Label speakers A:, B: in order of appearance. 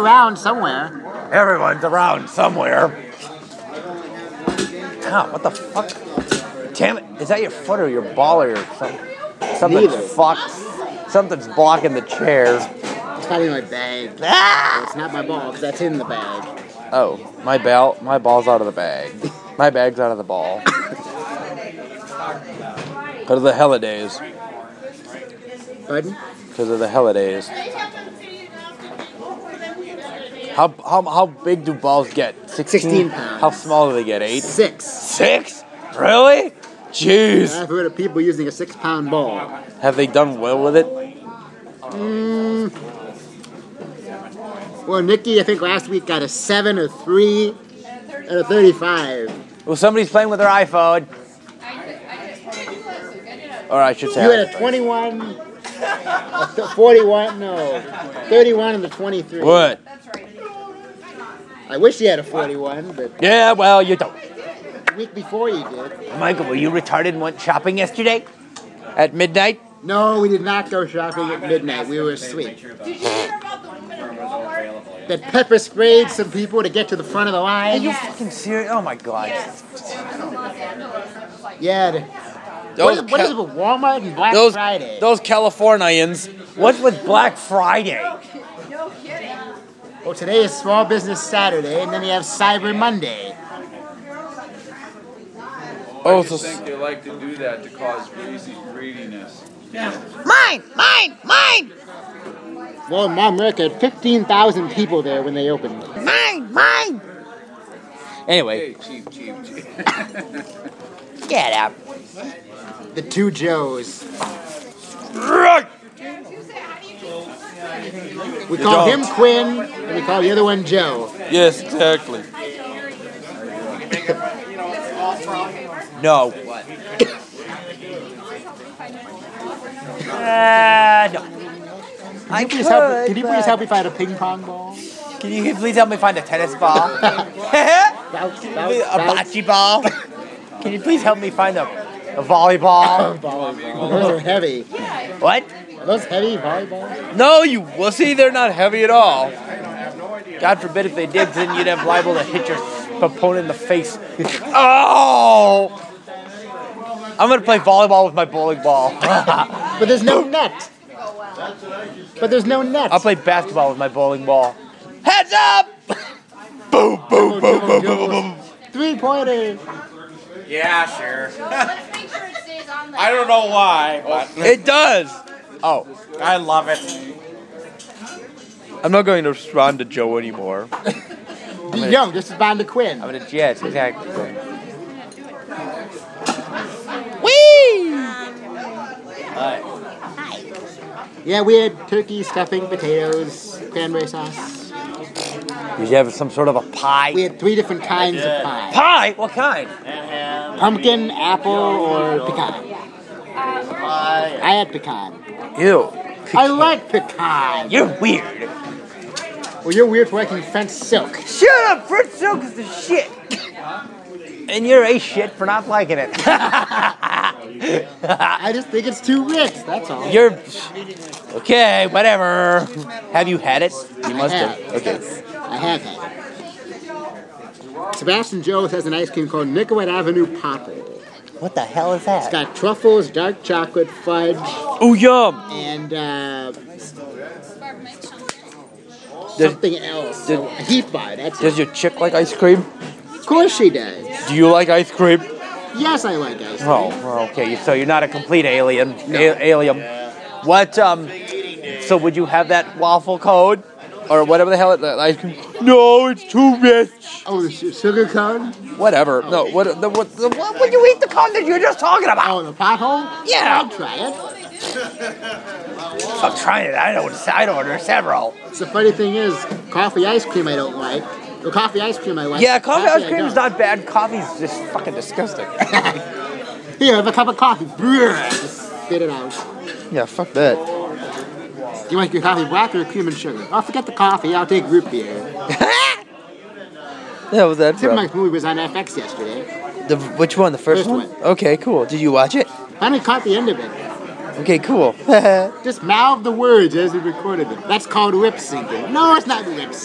A: around somewhere.
B: Everyone's around somewhere. Ow, what the fuck? Damn it. Is that your foot or your ball or your something? Something's
A: Neither.
B: fucked. Something's blocking the chair.
A: It's not in my bag.
B: Ah!
A: It's not my ball 'cause that's in the bag.
B: Oh, my ball, my ball's out of the bag. My bag's out of the ball. Because of the holidays.
A: Pardon?
B: Because of the holidays. How, how, how big do balls get? 16?
A: 16 pounds.
B: How small do they get? Eight?
A: Six.
B: Six? Really? Jeez.
A: I've heard of people using a six-pound ball.
B: Have they done well with it?
A: Well, Nikki, I think last week got a seven, a three, and a thirty-five.
B: Well, somebody's playing with their iPhone. Or I should say.
A: You had a
B: iPhone.
A: twenty-one, a th- forty-one, no, thirty-one, and a twenty-three.
B: What?
A: I wish you had a forty-one, but
B: Yeah, well, you don't.
A: the week before you did.
B: Michael, were you retarded and went shopping yesterday? At midnight?
A: No, we did not go shopping at midnight. We were asleep.
C: Did you hear about the woman at Walmart?
A: That pepper sprayed some people to get to the front of the line.
B: fucking serious? Oh my god.
C: Yes. It was in Los Angeles. Like,
A: Yeah. the- What is, what is it with Walmart and Black
B: those,
A: Friday?
B: those Californians. What's with Black Friday?
C: no kidding.
A: Well, today is Small Business Saturday, and then you have Cyber Monday.
B: Oh,
D: I just think they like to do that to cause greasy greediness.
B: mine, mine, mine,
A: Well, in Monmouth, there had 15,000 people there when they opened.
B: mine, mine. Anyway,
D: Hey, cheap, cheap, cheap.
B: get out.
A: The two Joes. We call
B: Joe.
A: him Quinn, and we call the other one Joe.
B: Yes, exactly. No. Uh, no. I
A: Can you, just help, can you please help me find a ping pong ball?
B: Can you please help me find a tennis ball? a
A: Bounce, bounce, bounce.
B: bocce ball? Can you please help me find a, a volleyball?
A: Volleyball. Those are heavy.
B: What?
A: Are those heavy volleyballs?
B: No, you wussy. They're not heavy at all. God forbid if they did, then you'd have liable to hit your opponent in the face. Oh! I'm gonna play volleyball with my bowling ball. I'll
A: But there's no net. But there's no net.
B: play basketball with my bowling ball. Heads up! boom, boom, boom, boom, boom, boom, boom.
A: Three pointer.
E: Yeah, sure.
C: Let's make sure it stays on the.
E: I don't know why, but
B: It does! Oh,
E: I love it.
B: I'm not going to respond to Joe anymore.
A: No, just respond to Quinn.
B: I'm gonna, yes, exactly.
A: Yeah, we had turkey, stuffing, potatoes, cranberry sauce.
B: Did you have some sort of a pie?
A: We had three different kinds of pie.
B: Pie? What kind?
A: Pumpkin, apple, or pecan. I had pecan.
B: Ew.
A: I like pecan.
B: You're weird.
A: Well, you're weird for liking French silk.
B: Shut up, Fritz Silk is the shit. and you're a shit for not liking it.
A: I just think it's too rich, that's all.
B: you're okay, whatever. Have you had it? You
A: I
B: must
A: have.
B: have. Okay.
A: I have had it. Sebastian Joe's has an ice cream called Nicollet Avenue Popple.
B: What the hell is
A: It's
B: that?
A: got truffles, dark chocolate, fudge,
B: Oh yum.
A: and uh,
B: Does-
A: something else.
B: does-
A: a heat bar, that's it.
B: Does your chick like ice cream?
A: Of course she does.
B: Do you like ice cream?
A: Yes, I like ice cream.
B: Oh, well, okay. So you're not a complete alien. A- alien. What? Um. So would you have that waffle code or whatever the hell it, the ice cream? No, it's too rich.
A: Oh, the su- sugar cone?
B: Whatever. No. What? The, what? The, what would you eat the cone that you were just talking about?
A: Oh, the pothole?
B: Yeah.
A: I'll try it.
B: I'm trying it. I don't. I don't order several.
A: The funny thing is, coffee ice cream I don't like. The coffee ice cream I like.
B: Yeah, coffee ice cream is
A: I
B: not bad. Coffee's just fucking disgusting.
A: don't. Here, have a cup of coffee. Brrr, just spit it out.
B: yeah, fuck that.
A: You like your coffee black or cream and sugar? I'll forget the coffee. I'll take root beer.
B: That was that.
A: Tim Mike's movie was on FX yesterday.
B: The, which one? The
A: First one? one.
B: Okay, cool. Did you watch it?
A: I only caught the end of it.
B: Okay, cool.
A: Just mouth the words as we recorded them. That's called lip syncing. No, it's not lip syncing.